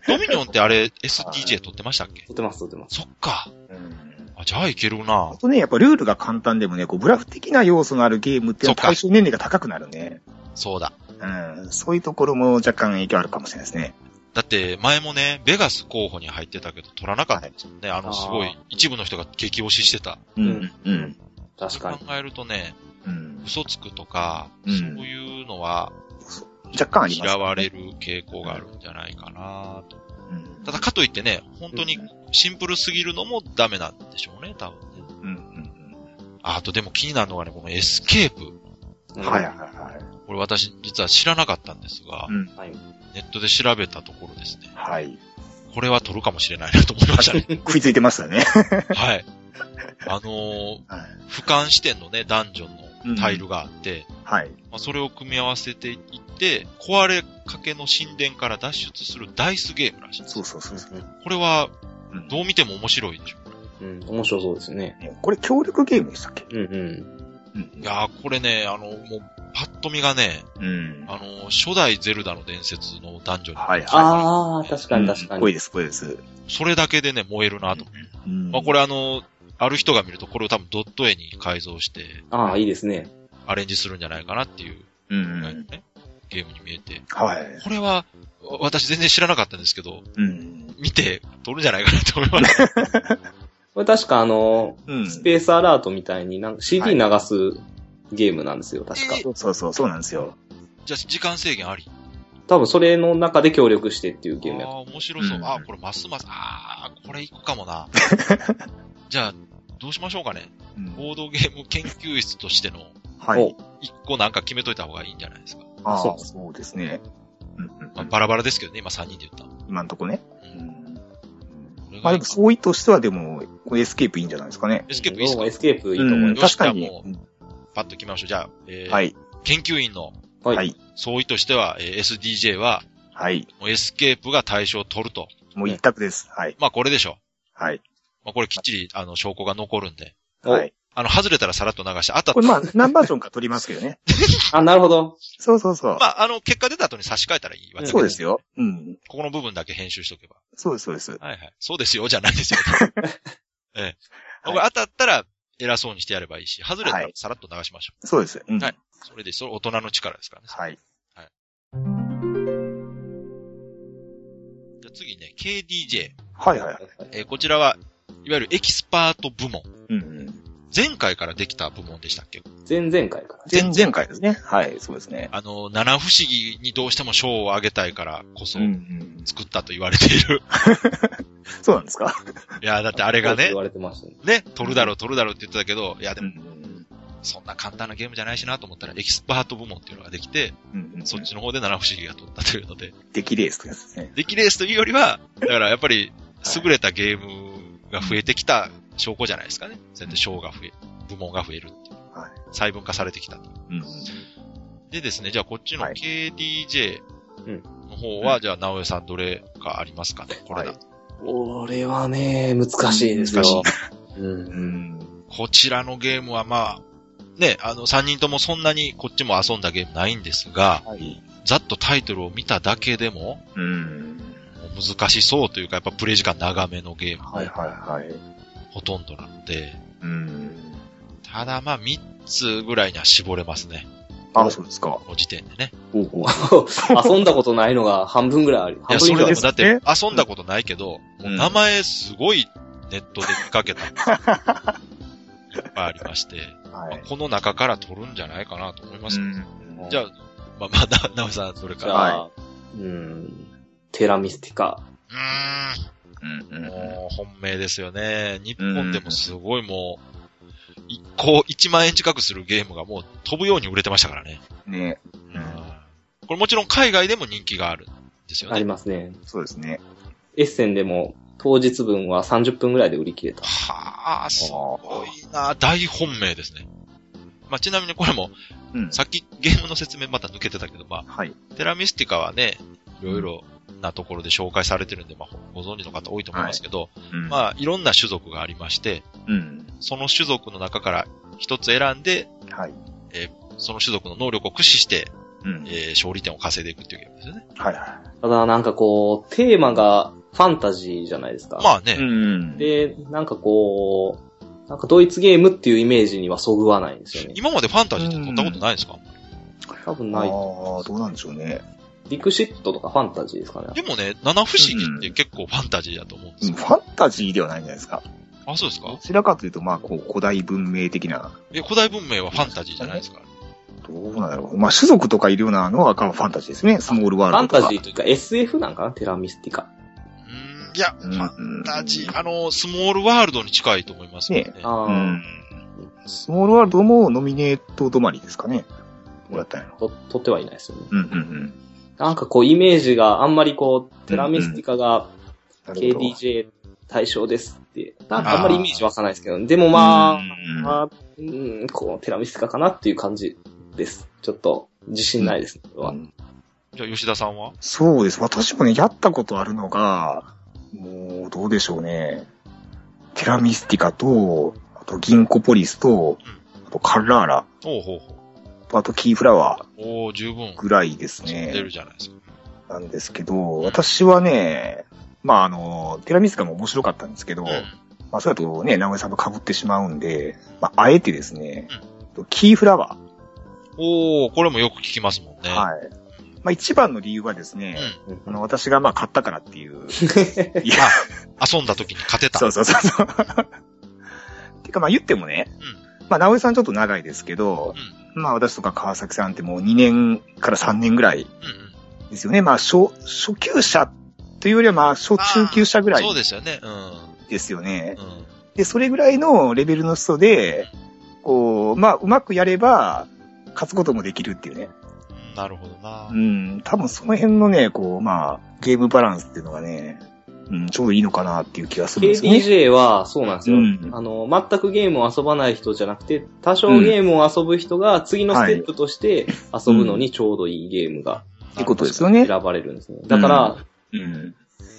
B: ドミニオンってあれ SDJ 取ってましたっけ
D: 撮ってます、撮ってます。
B: そっか。
C: うん
B: あ、じゃあいけるな
C: あ。とね、やっぱルールが簡単でもね、こう、ブラフ的な要素のあるゲームっていうのは
B: そっか
C: 対象年齢が高くなるね。
B: そうだ。
C: うん。そういうところも若干影響あるかもしれないですね。
B: だって前もね、ベガス候補に入ってたけど取らなかったんですよね。あのすご
D: あ。
B: い一部の人が激推ししてた。
C: うんうん。
D: 確
B: そう
D: か
B: 考
D: に。
B: えるとね、
C: うん。
B: 嘘つくとか、
C: うん
B: そういうのは
C: 若干あります、
B: 嫌われる傾向があるんじゃないかなと。
C: うん。
B: ただかといってね、本当にシンプルすぎるのもダメなんでしょうね、多分ね。
C: うん、うん
B: ああとでも気になるのがね、このエスケープ。
C: う。
D: うんん
C: はいはいはい。
B: これ私実は知らなかったんですが
C: う、ん。
D: はい。
B: ネットで調べたところですね。
C: はい。
B: これは取るかもしれないなと思いました
C: [laughs]
B: ね。
C: 食いついてましたね。
B: はい。あのー
C: はい
B: 俯瞰視点のね、ダンジョンのタイルがあって、
C: はい。
B: まあ、それを組み合わせていって、壊れかけの神殿から脱出するダイスゲームらしいです
C: そうそうそうそう。
B: これは、
C: うん
B: どう見ても面白いでしょ。
D: うん、面白そうですね。
C: ねこれ協力ゲームでしたっけ
D: うんうん。
C: うん
B: いやー、これね、あの、もう、パッと見がね、
C: うん。
B: あの、初代ゼルダの伝説の男女に。
C: はいは
D: ああ、確かに確か
C: うん濃い
D: に。
C: です、濃いです。
B: それだけでね、燃えるなと。
C: うん
B: まあ、これあの、ある人が見ると、これを多分ドット絵に改造して、
D: ああ、いいですね。
B: アレンジするんじゃないかなっていう、
C: うんう
B: ね
C: ん。
B: ゲームに見えて。
C: はい。
B: これは、わ私全然知らなかったんですけど、
C: うん。
B: 見て、撮るんじゃないかなと思いま
C: [laughs]
B: した。
D: これ確かあの、
C: うん。
D: スペースアラートみたいになんか CD 流
C: は
D: すゲームなんですよ、確か。
B: え
C: そうそう、そうなんですよ。
B: じゃあ、時間制限あり。
D: 多分それの中で協力してっていうゲーム
B: あ
D: や
B: あ、面白そう。
C: うん
B: ああ、これますます、ああ、これ行くかも
C: [laughs]
B: な。じゃあ、どうしましょうかね。
C: うん
B: ボードゲーム研究室としての、
C: はい。
B: 一個なんか決めといた方がいいんじゃないですか。
C: あ
D: そ
C: あ、
D: う
C: そうですね。うんうん
B: まあ、バラバラですけどね、今3人で言ったの。
C: 今んとこね。
B: う。
C: うんん
B: これ
C: ま
B: が
C: あ
B: い
C: で
B: い
C: も、
B: か
C: 総意としてはでも、これエスケープいいんじゃないですかね。
B: エスケープいいですか
D: エスケープいいと思
C: う
D: い
C: ん
D: ま
C: 確かに
B: よし。パッと決めましょう。じゃあ、えー
C: はい。
B: 研究員の
D: す。は。
C: はいい。
B: 総意としては、えー SDJ は、
C: はい。
B: もうエスケープが対象を取ると。
C: もう一択です。はい。
B: まあこれでしょ
C: はい。
B: う。まあこれきっちり、あの、証拠が残るんで。
D: お
C: はい。
B: あの、外れたらさらっと流して、あった
C: これまあ、何バージョンか取りますけど
D: [laughs]
C: ね。
D: あ、なるほど。
C: そうそうそ
B: ま。
C: う
B: あ、あの、結果出た後に差し替えたらいいわけ
C: そうですよ。うん。
B: ここの部分だけ編集しとけば。
C: そうです、そうです。
B: はいはい。そうですよ、じゃない
C: [laughs]
B: ですよ。ええ。これ
C: は
B: 当たったら、偉そうにしてやればいいし、外れたら
C: はい
B: さらっと流しましょ
C: そうです。うん
B: はい。う。それで、それ大人の力ですからね。
C: はい。
B: じゃあ次ね、KDJ。
C: はいはいはい。
B: えーこちらは、いわゆるエキスパート部門。
C: うんうん。
B: 前回からできた部門でしたっけ
D: 前々回から。
C: 前々回ですね。はい、そうですね。
B: あの、七不思議にどうしても賞をあげたいからこそ
C: うんうん。
B: 作ったと言われている。 [laughs]
C: そうなんですか
B: いや、だってあれがね
D: 言、われてましたね。
B: ね、取るだろう取るだろうって言ってたけど、いや、で
C: う
B: も
C: ん
B: そんな簡単なゲームじゃないしなと思ったら、エキスパート部門っていうのができて、
C: うん。
B: そっ
C: ち。
B: ちの方で七不思議が取ったというので、
C: 出来レースとかですね。
B: 出来レースというよりは、だからやっぱり、優れたゲームが増えてきた証拠じゃないですかね。そうやって賞が増え、部門が増えるっていう
C: はい
B: 細分化されてきた。
C: うん。
B: でですね、じゃあこっちの
C: はい
B: KDJ
D: うん
B: の方は、じゃあ、直江さんどれかありますかねこれだ。
C: は
D: 俺はね、難しいですよ。うん
C: うん。
B: こちらのゲームはまあ、ね、あの、3人ともそんなにこっちも遊んだゲームないんですが、
C: はい。
B: ざっとタイトルを見ただけでも、
C: うん。
B: 難しそうというか、やっぱプレイ時間長めのゲーム、
C: はいはいはい。
B: ほとんどなので、
C: うん。
B: ただまあ3つぐらいには絞れますね。
C: あ、そうですか。
B: この時点でね。
C: ほうほう。
D: 遊んだことないのが半分ぐらいあり。
B: い
D: 半
B: や、
D: 分
B: そ
D: 以
B: れ
D: 上
B: で
D: で
B: も
D: す。
B: だって
C: え
B: 遊んだことないけど、もう名前すごいネットで見かけたんですよ。いっぱいありまして、ま
C: は
B: あ
C: い。
B: この中から取るんじゃないかなと思います。
C: うん
B: じゃあ、まあまあ、な、なおさん、それか
D: じゃ
B: ら。
D: あ、うん。テラミスティカ。
B: うーん。
C: うんうんうん。
B: もう本命ですよね。日本でもすごいもう、一個、1万円近くするゲームがもう飛ぶように売れてましたからね。
C: ね
B: これもちろん海外でも人気があるんですよ
D: あ
B: ね。
D: りますね。
C: そうですね。
D: エッセンでも当日分は30分ぐらいで売り切れた。
B: はあ、すごいな。大本命ですね。まあ、ちなみにこれも、
C: うん。
B: さっきゲームの説明また抜けてたけど、ま
C: はい。
B: あ、テラミスティカはね、いろいろなところで紹介されてるんで、まあ、ご存知の方多いと思いますけど、
C: うん
B: まあ、いろんな種族がありまして、
C: うん。
B: その種族の中から一つ選んで、
C: はい。
B: その種族の能力を駆使して、
C: うん。はい
B: えー勝利点を稼いでいくっていうゲームですよね。
C: は
D: ただなんかこう、テーマがファンタジーじゃないですか。
B: まあ
C: い。う
B: ね、
C: ん。
D: で、なんかこう、なんかドイツゲームっていうイメージにはそぐわないんですよね。
B: 今までファンタジーって取ったことないですか
D: 多分
C: ああ
D: ない。
C: ー、どうなんでしょうね。
D: ディクシットとかファンタジーですかね。
B: でもね、七不思議って結構ファンタジーだと思うんで
C: う
B: す
C: ん
B: よ。
C: ファンタジーではないんじゃないですか。
B: あ、そうですか
C: どちらかというと、まあ、こう、古代文明的な、
B: え、古代文明はファンタジーじゃないですから。
C: どうなんだろう。まあ、種族とかいるようなのはファンタジーですね。スモール
D: フ
C: ワー
D: ァ
C: ル
D: ン
C: ドとか。
D: タジーというか SF なんかなテラミスティカ。
B: うーん、いや、ファン
C: うん
B: タジー、あの、スモールワールドに近いと思いますよね
C: ね。
D: あ
C: う
D: ー
C: ん。スモールワールドもノミネート止まりですかね。どうやったんや
D: と、
C: ろ。
D: 取ってはいないですよね。
C: うんうんうん。
D: なんかこうイメージがあんまりこう、テラミスティカが
C: なるほど。
D: KDJ 対象ですって、なんかあんまりイメージ湧かないですけど、でもまあ、
C: あ、
D: まあ、うん、こう、テラミスティカかなっていう感じです。ちょっと、自信ないですね。これは
C: うん
B: じゃあ、吉田さんは
C: そうです。私もね、やったことあるのが、もう、どうでしょうね。テラミスティカと、あと、銀コポリスと、あと、カラーラ、
B: おうほうほう。
C: あと、キーフラワー
B: おう、十分、
C: ぐらいですね。
B: 出るじゃないですか。
C: なんですけど、私はね、まああの、テラミスカも面白かったんですけど、
B: うん。
C: まあそれだとね、名古屋さんと被ってしまうんで、まああえてですね、キーフラワー、
B: おー、これもよく聞きますもんね。
C: はい。まあ一番の理由はですね、あの私がまあ買ったからっていう。いや、
B: [laughs] 遊んだ時に勝てた。
C: そうそうそうそう。 [laughs] てかまあ言ってもね、まあ直江さんちょっと長いですけど、まあ私とか川崎さんってもう2年から3年ぐらい
B: うんうん
C: ですよね。まあ初、初級者というよりはまあ初中級者ぐらい
B: そうですよね。うん。
C: ですよね。
B: うん。
C: で、それぐらいのレベルの人で、こう、まあうまくやれば、勝つこともできるっていうね。
B: なるほどな
C: う。ん、多分その辺のね、こう、まあ、ゲームバランスっていうのがね、うん、ちょうどいいのかなっていう気がするんですよね。
D: KBJ は、そうなんですよ、
C: うん
D: あの、全くゲームを遊ばない人じゃなくて、多少ゲームを遊ぶ人が次のステップとして遊ぶのにちょうどいいゲームが
C: ってことですよ
D: 選
C: ね。
D: ばれるんですね。だから、
C: うん。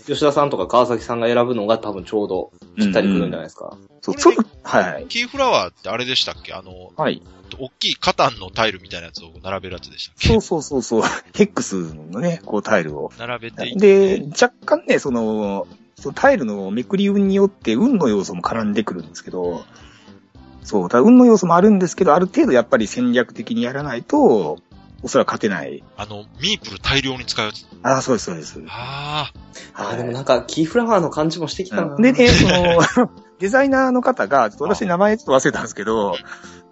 D: 吉田さんとか川崎さんが選ぶのが多分ちょうどぴったりくるんじゃないですか。
C: そう、
B: こ
C: そ
B: れ
C: う、はい。
B: キーフラワーってあれでしたっけあの、
C: はい。
B: 大きいカタンのタイルみたいなやつを並べるやつでしたっけ
C: そうそうそうそう。ヘックスのね、こうタイルを。
B: 並べていって
C: で、若干ね、その、そのタイルのめくり運によって運の要素も絡んでくるんですけど、そう、だから運の要素もあるんですけど、ある程度やっぱり戦略的にやらないと、おそらく勝てない。
B: あの、ミープル大量に使うやつ。
C: ああ、そうです、そうです。
B: ああ、
D: あーでもなんか、キーフラワーの感じもしてきたな。
C: でね、その、 [laughs] デザイナーの方が、ちょっと私名前ちょっと忘れたんですけど、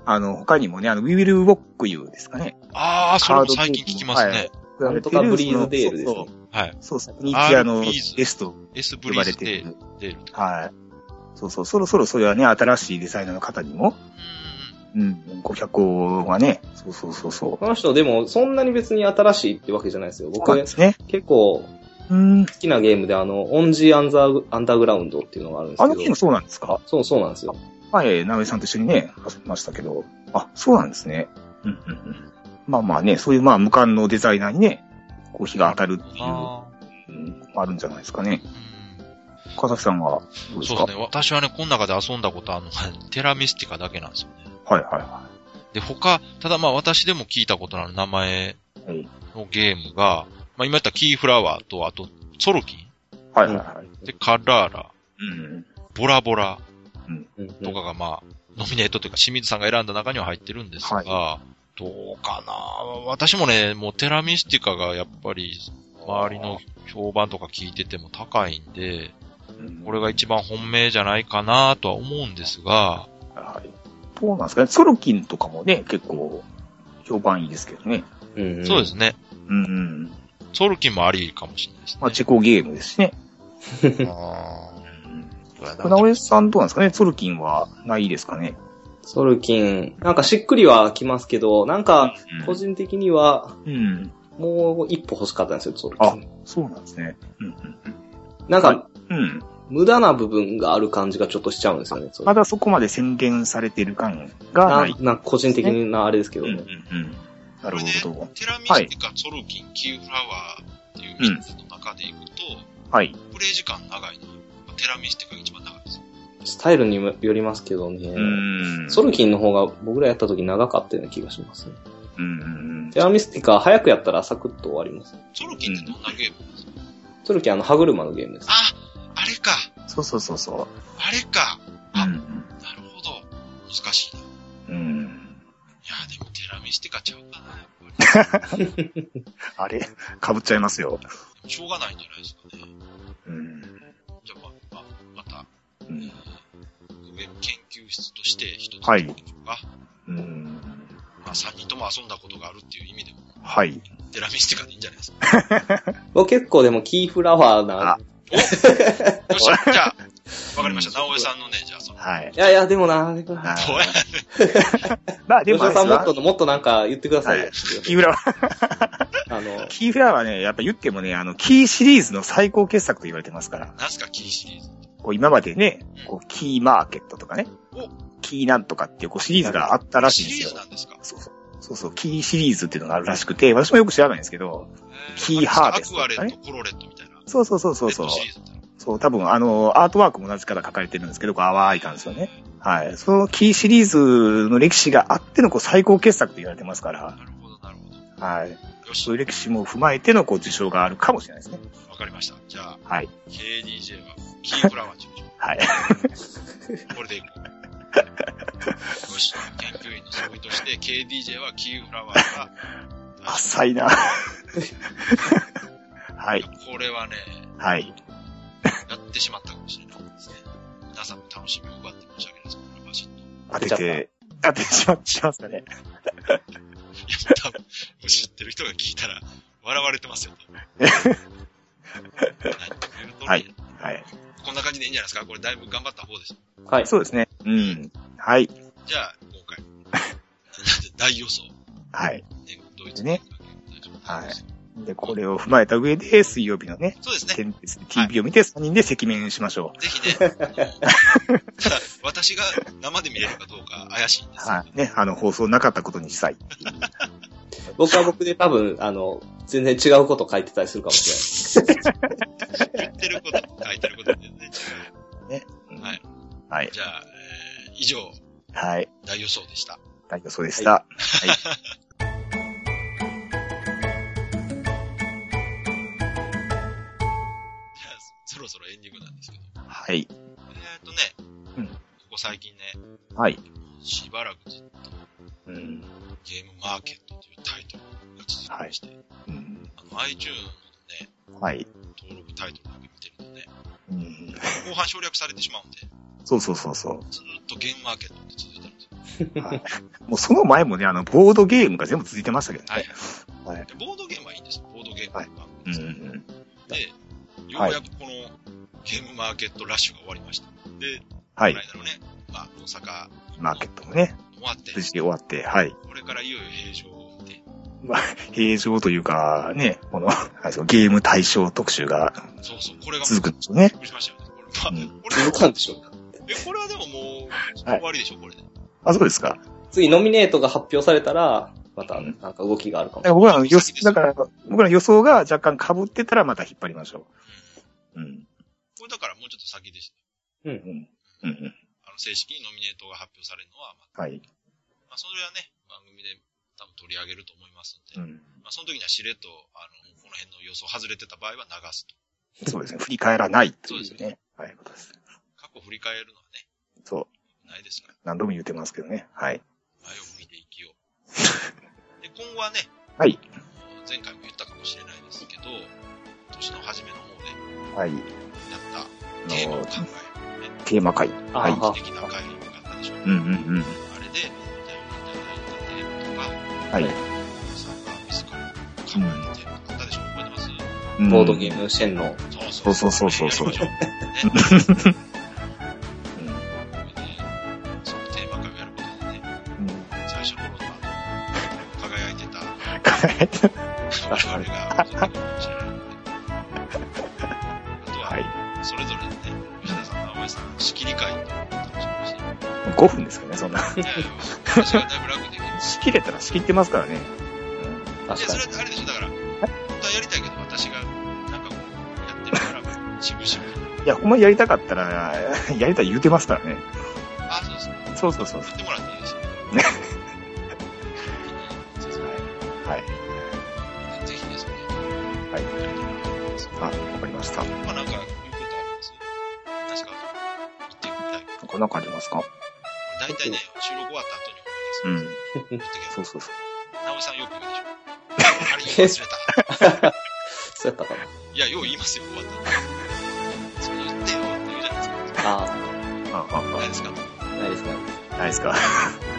C: あの、他にもね、あの、We Will Rock You ですかね。
B: ああ、それも最近聞きますね。
D: なんとかブリーズデールですね
C: そう。
B: はい。
C: そうそう、ニーチアの
B: RBs
C: ゲスト
B: エスブリ
C: 呼
B: ー
C: ばれ
B: ズ
C: てい
B: デ
C: る。
B: ール。
C: はい。そうそう、そろそろそれはね、新しいデザイナーの方にも、
B: うん
C: うん、ご脚光がね、そうそうそうそう。
D: この人でも、そんなに別に新しいってわけじゃないですよ。僕
C: そうなんで、すね。
D: 結構
C: うん。
D: 好きなゲームで、あの、オンジーアンザーアンダーグラウンドっていうのがあるんです
C: あ
D: けど。
C: のゲームそうなんですか
D: そう、そうなんですよ。
C: 前、ナウエさんと一緒にね、遊びましたけど。あ、そうなんですね。うんうんうん。まあまあね、そういうまあ無冠のデザイナーにね、こう日が当たるっていう、
B: あ
C: うん、あるんじゃないですかね
B: ー。うん
C: 川崎さんは、どうです
B: そう
C: か
B: ですね。私はね、この中で遊んだことあるのが、テラミスティカだけなんですよね。
C: はいは
B: で、他、ただまあ私でも聞いたことのある名前
C: いはい。
B: のゲームが、まあ今言ったキーフラワーと、あと、ソルキン、
C: はいはいはいはい。
B: で、カラーラ、
C: うん。
B: ボラボラ
D: うん
B: とかがまあ、ノミネートというか清水さんが選んだ中には入ってるんですが、どうかな私もね、もうテラミスティカがやっぱり、周りの評判とか聞いてても高いんで、
C: うん
B: これが一番本命じゃないかなとは思うんですが、
C: はい。どうなんですかね。ソロキンとかもね、結構、評判いいですけどね。
D: うんん
B: そうですね。
C: うんうん。
B: ソルキンもありかもしれないですね。
C: まあ、チェコゲームですしね。
B: あーそ
C: うん。
B: う [laughs] やな
C: 船江さんどうなんですかね。ソルキンはないですかね。
D: ソルキン、なんかしっくりはきますけど、なんか、個人的には、
C: うん。
D: もう一歩欲しかったんですよ、ソルキン。
C: そうなんですね。うん
D: なんか、
C: うんうん。うん。
D: 無駄な部分がある感じがちょっとしちゃうんですよね、それ
C: まだそこまで宣言されてる感がない
D: な。な個人的なあれですけど
C: うんうんう
D: ね。
C: ん。なるほど。
B: テラミスティカ、ソルキン、キーフラワーっていう3つの中でいくと、
C: はい。
B: プレイ時間長いな。テラミスティカが一番長いです。
D: スタイルにもよりますけどね。
C: うん
D: ソルキンの方が僕らやった時長かったような気がしますね。
C: うんうん
D: テラミスティカ早くやったらサクッと終わります。
B: ソルキンってどんなゲームなんですか、
D: ソルキンあの歯車のゲームです。
B: あ、あれか。
C: うん。そうそうそうそ
B: あれか。
C: う。う
B: な
C: ん。
B: るほど。難しいな。い
C: うん。
B: や、でもテラミスティカちゃうかな、やっぱり。
C: あれ、かぶっちゃいますよ。
B: でもしょうがないんじゃないですかね。
C: うん。
B: じゃあ、まあ、まあ、また、
C: う
B: えー
C: ん。
B: ウェブ研究室として一つ
C: はい
B: やってみましょうか
C: うん。
B: まあ、3人とも遊んだことがあるっていう意味でも、
C: はい。
B: テラミスティカでいいんじゃないですか。
D: 僕結構でもキーフラワーな
C: あ。
B: よし、じゃあ、わかりま
C: [laughs]
B: した。直江さんのね、じゃあ、その、
C: はい
D: い。やいや、でもな、あれか
C: はい
B: どうや
C: まあ、で
D: 吉
C: もあ
D: 田さ
C: れです
D: んも
C: わ
D: っと、もっとなんか言ってくださいよ。
C: 木村は
D: あの、
C: キーフラワーね、やっぱ言ってもね、あの、キーシリーズの最高傑作と言われてますから、
B: なんすか、キーシリーズ。
C: こう今までね、こう、キーマーケットとかね
B: お、
C: キーなんとかっていうこうシリーズがあったらしいん
B: シリー
C: で
B: ズ
C: すよ
B: な。んですか
C: そうそう。そうそう、キーシリーズっていうのがあるらしくて、私もよく知らないんですけど、キーハーベスト
B: アクアレ
C: とか
B: ッ
C: ね
B: ト、コロレットみたいな。
C: そうそうそうそうそう
B: レッド、シリーズみたいな。
C: そう、多分あの、アートワークも同じから書かれてるんですけど、こう淡い感じのね。はい。そのキーシリーズの歴史があってのこう最高傑作と言われてますから、
B: なるほど、なるほど。
C: はい。
B: よし、
C: そう
B: わ
C: いう歴史も踏まえてのこう受賞があるかもしれないですね。
B: かりました。じゃあ、
C: はい。
B: [laughs] KDJ は、キーフラワー中心。
C: はい。
B: これでいこう。よし、研究員の総意として KDJ はキーフラワーが、
C: 浅い
B: [laughs]
C: な。はい。
B: これはね、
C: はい。
B: やってしまったかもしれないですね。皆さんの楽しみを奪って申し訳ないです。これはちょっと。
C: 当てて、当ててしまってしまった
B: いや、
C: ね。
B: [laughs] 多分、もう知ってる人が聞いたら、笑われて
C: [laughs]
B: ますよ。は
C: はいい。はい。
B: こんな感じでいいんじゃないですかこれだいぶ頑張った方です。
D: はい。
C: そうですね。うん。はい。
B: じゃあ、今回。大予想。
C: はい。
B: ね、ドイツ
C: ツね。
B: はい。
C: で、これを踏まえた上で、水曜日のね、
B: そうですね。
C: 天鉄 TV を見て3人で赤面しましょ
B: ぜひね、あのただ、私が生で見れるかどうか怪しいんで
C: う。
B: すけど
C: はい。ね、あの、放送なかったことにしたい。
D: 僕は僕で多分、あの、全然違うこと書いてたりするかもし
B: 言ってることと書いてることで全然違はい。
C: はい。
B: う。じゃあ、えー以上、
C: はい。
B: 大予想でした。
C: 大丈夫そうでした。
B: じゃあ、そろそろエンディングなんですけど。
C: はい。
B: えっ、とね、
C: うん
B: ここ最近ね、
C: はい。
B: しばらくずっと
C: うん。
B: ゲームマーケットというタイトルが続きまして、
C: うん。
B: あの iTunes のね、
C: はい。
B: 登録タイトルだけ見てるとね、
C: うん。
B: 後半省略されてしまうんで、
C: そうそうそうそう。
B: ずーっとゲームマーケットって続いたんですよ。
C: はいもうその前もね、あの、ボードゲームが全部続いてましたけど
B: はい
C: ね。はい
B: でボードゲームはいいんですよボードゲーム
C: はい
B: まあ
C: うんうん。
B: で、ようやくこのゲームマーケットラッシュが終わりました。で、
C: はい
B: こ。の間のね、まあ、大阪
C: マーケットもね、
B: 終わって
C: 無、事終わって、はい。
B: これからいよいよ平常を見て、
C: まあ、平常というか、ね、この、 [laughs] あれですよゲーム対象特集が
B: そうそう、これが、びっ
C: 続くんですよね。
B: くりしましたよね。これ、まあ、
C: うん
B: こ
D: れない。
B: れ
D: 続かんでしょ。
B: え、これはでももう、
C: は
B: 終
C: い
B: わりでしょ、これで。
C: あ、そうですか。
D: 次、ノミネートが発表されたら、また、
C: う
D: なん
C: ん
D: か動きがあるかも
C: だから僕らの予想、だから、僕らの予想が若干被ってたらまた引っ張りましょう。うん。
B: これだからもうちょっと先です。
C: うん。うんうん。
B: あの、正式にノミネートが発表されるのは、ま
C: は
B: あ、
C: い。
B: まあ、それはね、番組で多分取り上げると思いますんで、
C: うん。
B: まあ、その時にはしれっと、あの、この辺の予想外れてた場合は流すと。
C: そうですね。振り返らないとい
B: そう
C: う
B: で
C: ね。はい、ことです。
B: 過去振り返るのはね、
C: そう。
B: ないですから、
C: 何度も言ってますけどね。はい。
B: 前を向いて生きよ
C: [laughs]
B: う。で、今後はね、
C: はい。
B: 前回も言ったかもしれないですけど、年の初めの方で
C: はい。
B: やった
C: あ
B: テーマを
C: の
B: 考、える、ね、
C: テーマ会。
D: あ
C: はい。
D: は
B: 素敵な回があったでしょう。
C: うんうんう
B: あれで、じ
C: ん。
B: ゃあ、いただいたテーマとか、
C: はい。
B: サーバーミスから考えるテーマとかあったでしょう。覚えてます
C: うん
D: ボードゲームシェンの。
B: そう
C: そうそうそうそう
B: やりましょうね
C: うん
B: でそのテーマ会をやることでね、
C: うん [laughs]
B: 最初の頃のあの輝いてた我々が戻ってくるかもしれないので。あとは、
C: はい。
B: それぞれでね、吉田さんと青江さんの仕切り会っていうのを楽しみにしてい
C: 5分ですけどね、そんな。
B: やいや私がだいぶ楽できる。
C: 仕切れたら仕切ってますからね。
B: い
D: 確
B: や、
D: か
B: そ
D: に
B: れ。はあれでしょ、だから、本当はやりたいけど、私がなんかこう、やってるから、しぶしぶ。
C: いや、ほんまやりたかったら、 [laughs] やりたい言うてますからね。
B: あ、そうです。
C: そうそうそう
B: 言ってもらっていいですよ。ぜひ
C: はい。
B: ね、ぜひですね。はいやりたいなと思います。
C: あ、わかりました。
B: まあなんか、言うことあります確か、言ってみたい。
C: こんな感じますか
B: 大体ね、収録終わった後に
C: う
B: 思い出
C: ん
B: す。。言ってけ
C: そうそうそう。
B: ど、直江さんよく言うでしょ。あれ言い忘れた。
D: そうやったかない
B: や、よう言いますよ、終わった後。それ言ってよって言うじゃないですか。
D: あ
C: あ、あ、
B: ないですか。は
D: あ、ないですね。
C: あ、ないですか。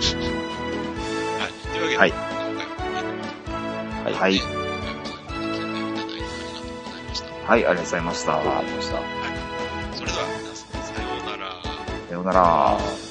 B: い。というわけで、
C: はい
B: 今回はこの辺で。
D: はい。
C: は
D: はい。
C: い。
B: 今回も最後まで聞いていただいてありがとうございました。
C: はい、あり
D: わ
C: がとうございました。
D: かりました。
B: それでは皆さん、さようなら。
C: さようなら。
D: あー